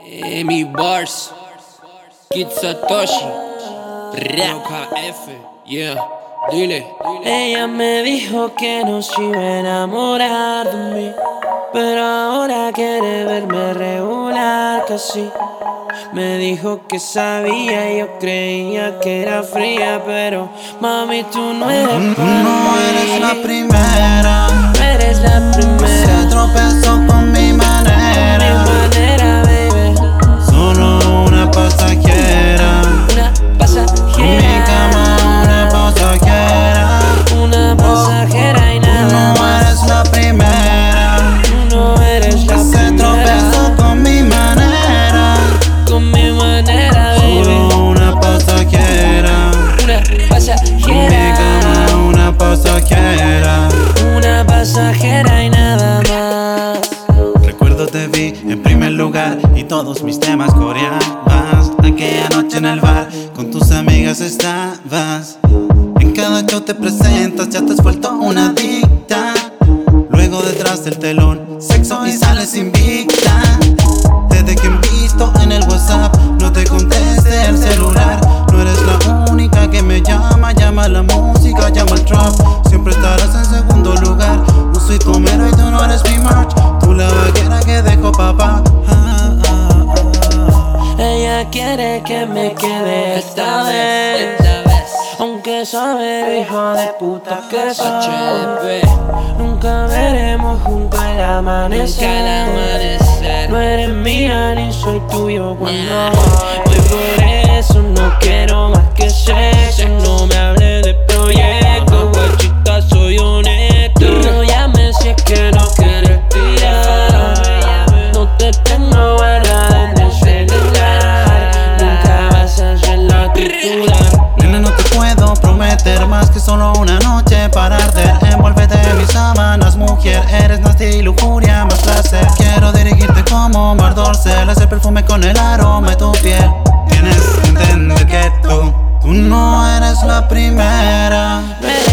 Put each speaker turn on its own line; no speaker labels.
Eh,
Emi Bars, Kid Satoshi, Roca F, yeah, dile.
Ella me dijo que no se iba a enamorar de mí, pero ahora quiere verme regular casi. Me dijo que sabía, yo creía que era fría, pero mami tú no eres para
No
mí.
eres la primera.
No eres la primera.
Se tropezó con
Mi
mi manera.
manera, baby,
Solo una pasajera.
una
En mi
pasajera,
cama una pasajera.
una pasajera y nada
No
más.
eres la primera.
Tú no eres la
Se
primera.
tropezó con mi manera.
Con mi manera, baby.
Solo una pasajera.
Una
En mi cama
pasajera,
una pasajera.
una pasajera y nada más.
Recuerdo te vi en primer lugar y todos mis temas coreabas. Aquella noche en el bar con tus amigas estabas. En cada show te presentas, ya te has vuelto una adicta. Luego detrás del telón, sexo y sales invicta. Desde que he visto en el WhatsApp, no te conteste el celular. No eres la única que me llama, llama la música, llama el trap. Siempre estarás en segundo lugar. No soy tu mero y tú no eres mi match. Tú la vaquera que dejó papá. Ah, ah, ah.
Ella quiere que me quede esta vez. Aunque sabe, hijo de puta que soy. Nunca veremos junto el amanecer. No eres mía ni soy tuyo cuando voy. por eso no quiero más que sexo. No me hable de proyectos, guachita, soy honesto. No llames si es que no quieres tirar. No te tengo guardada en el celular. Nunca vas a ser la titular.
Nena, no te puedo prometer más que solo una noche para arder. Envuélvete en mis sábanas, mujer. Eres nasty y lujuria, más placer. Quiero dirigirte como Mar Dorcel. Ese perfume con el aroma de tu piel. Tienes que entender que tú, tú no eres la primera.
No eres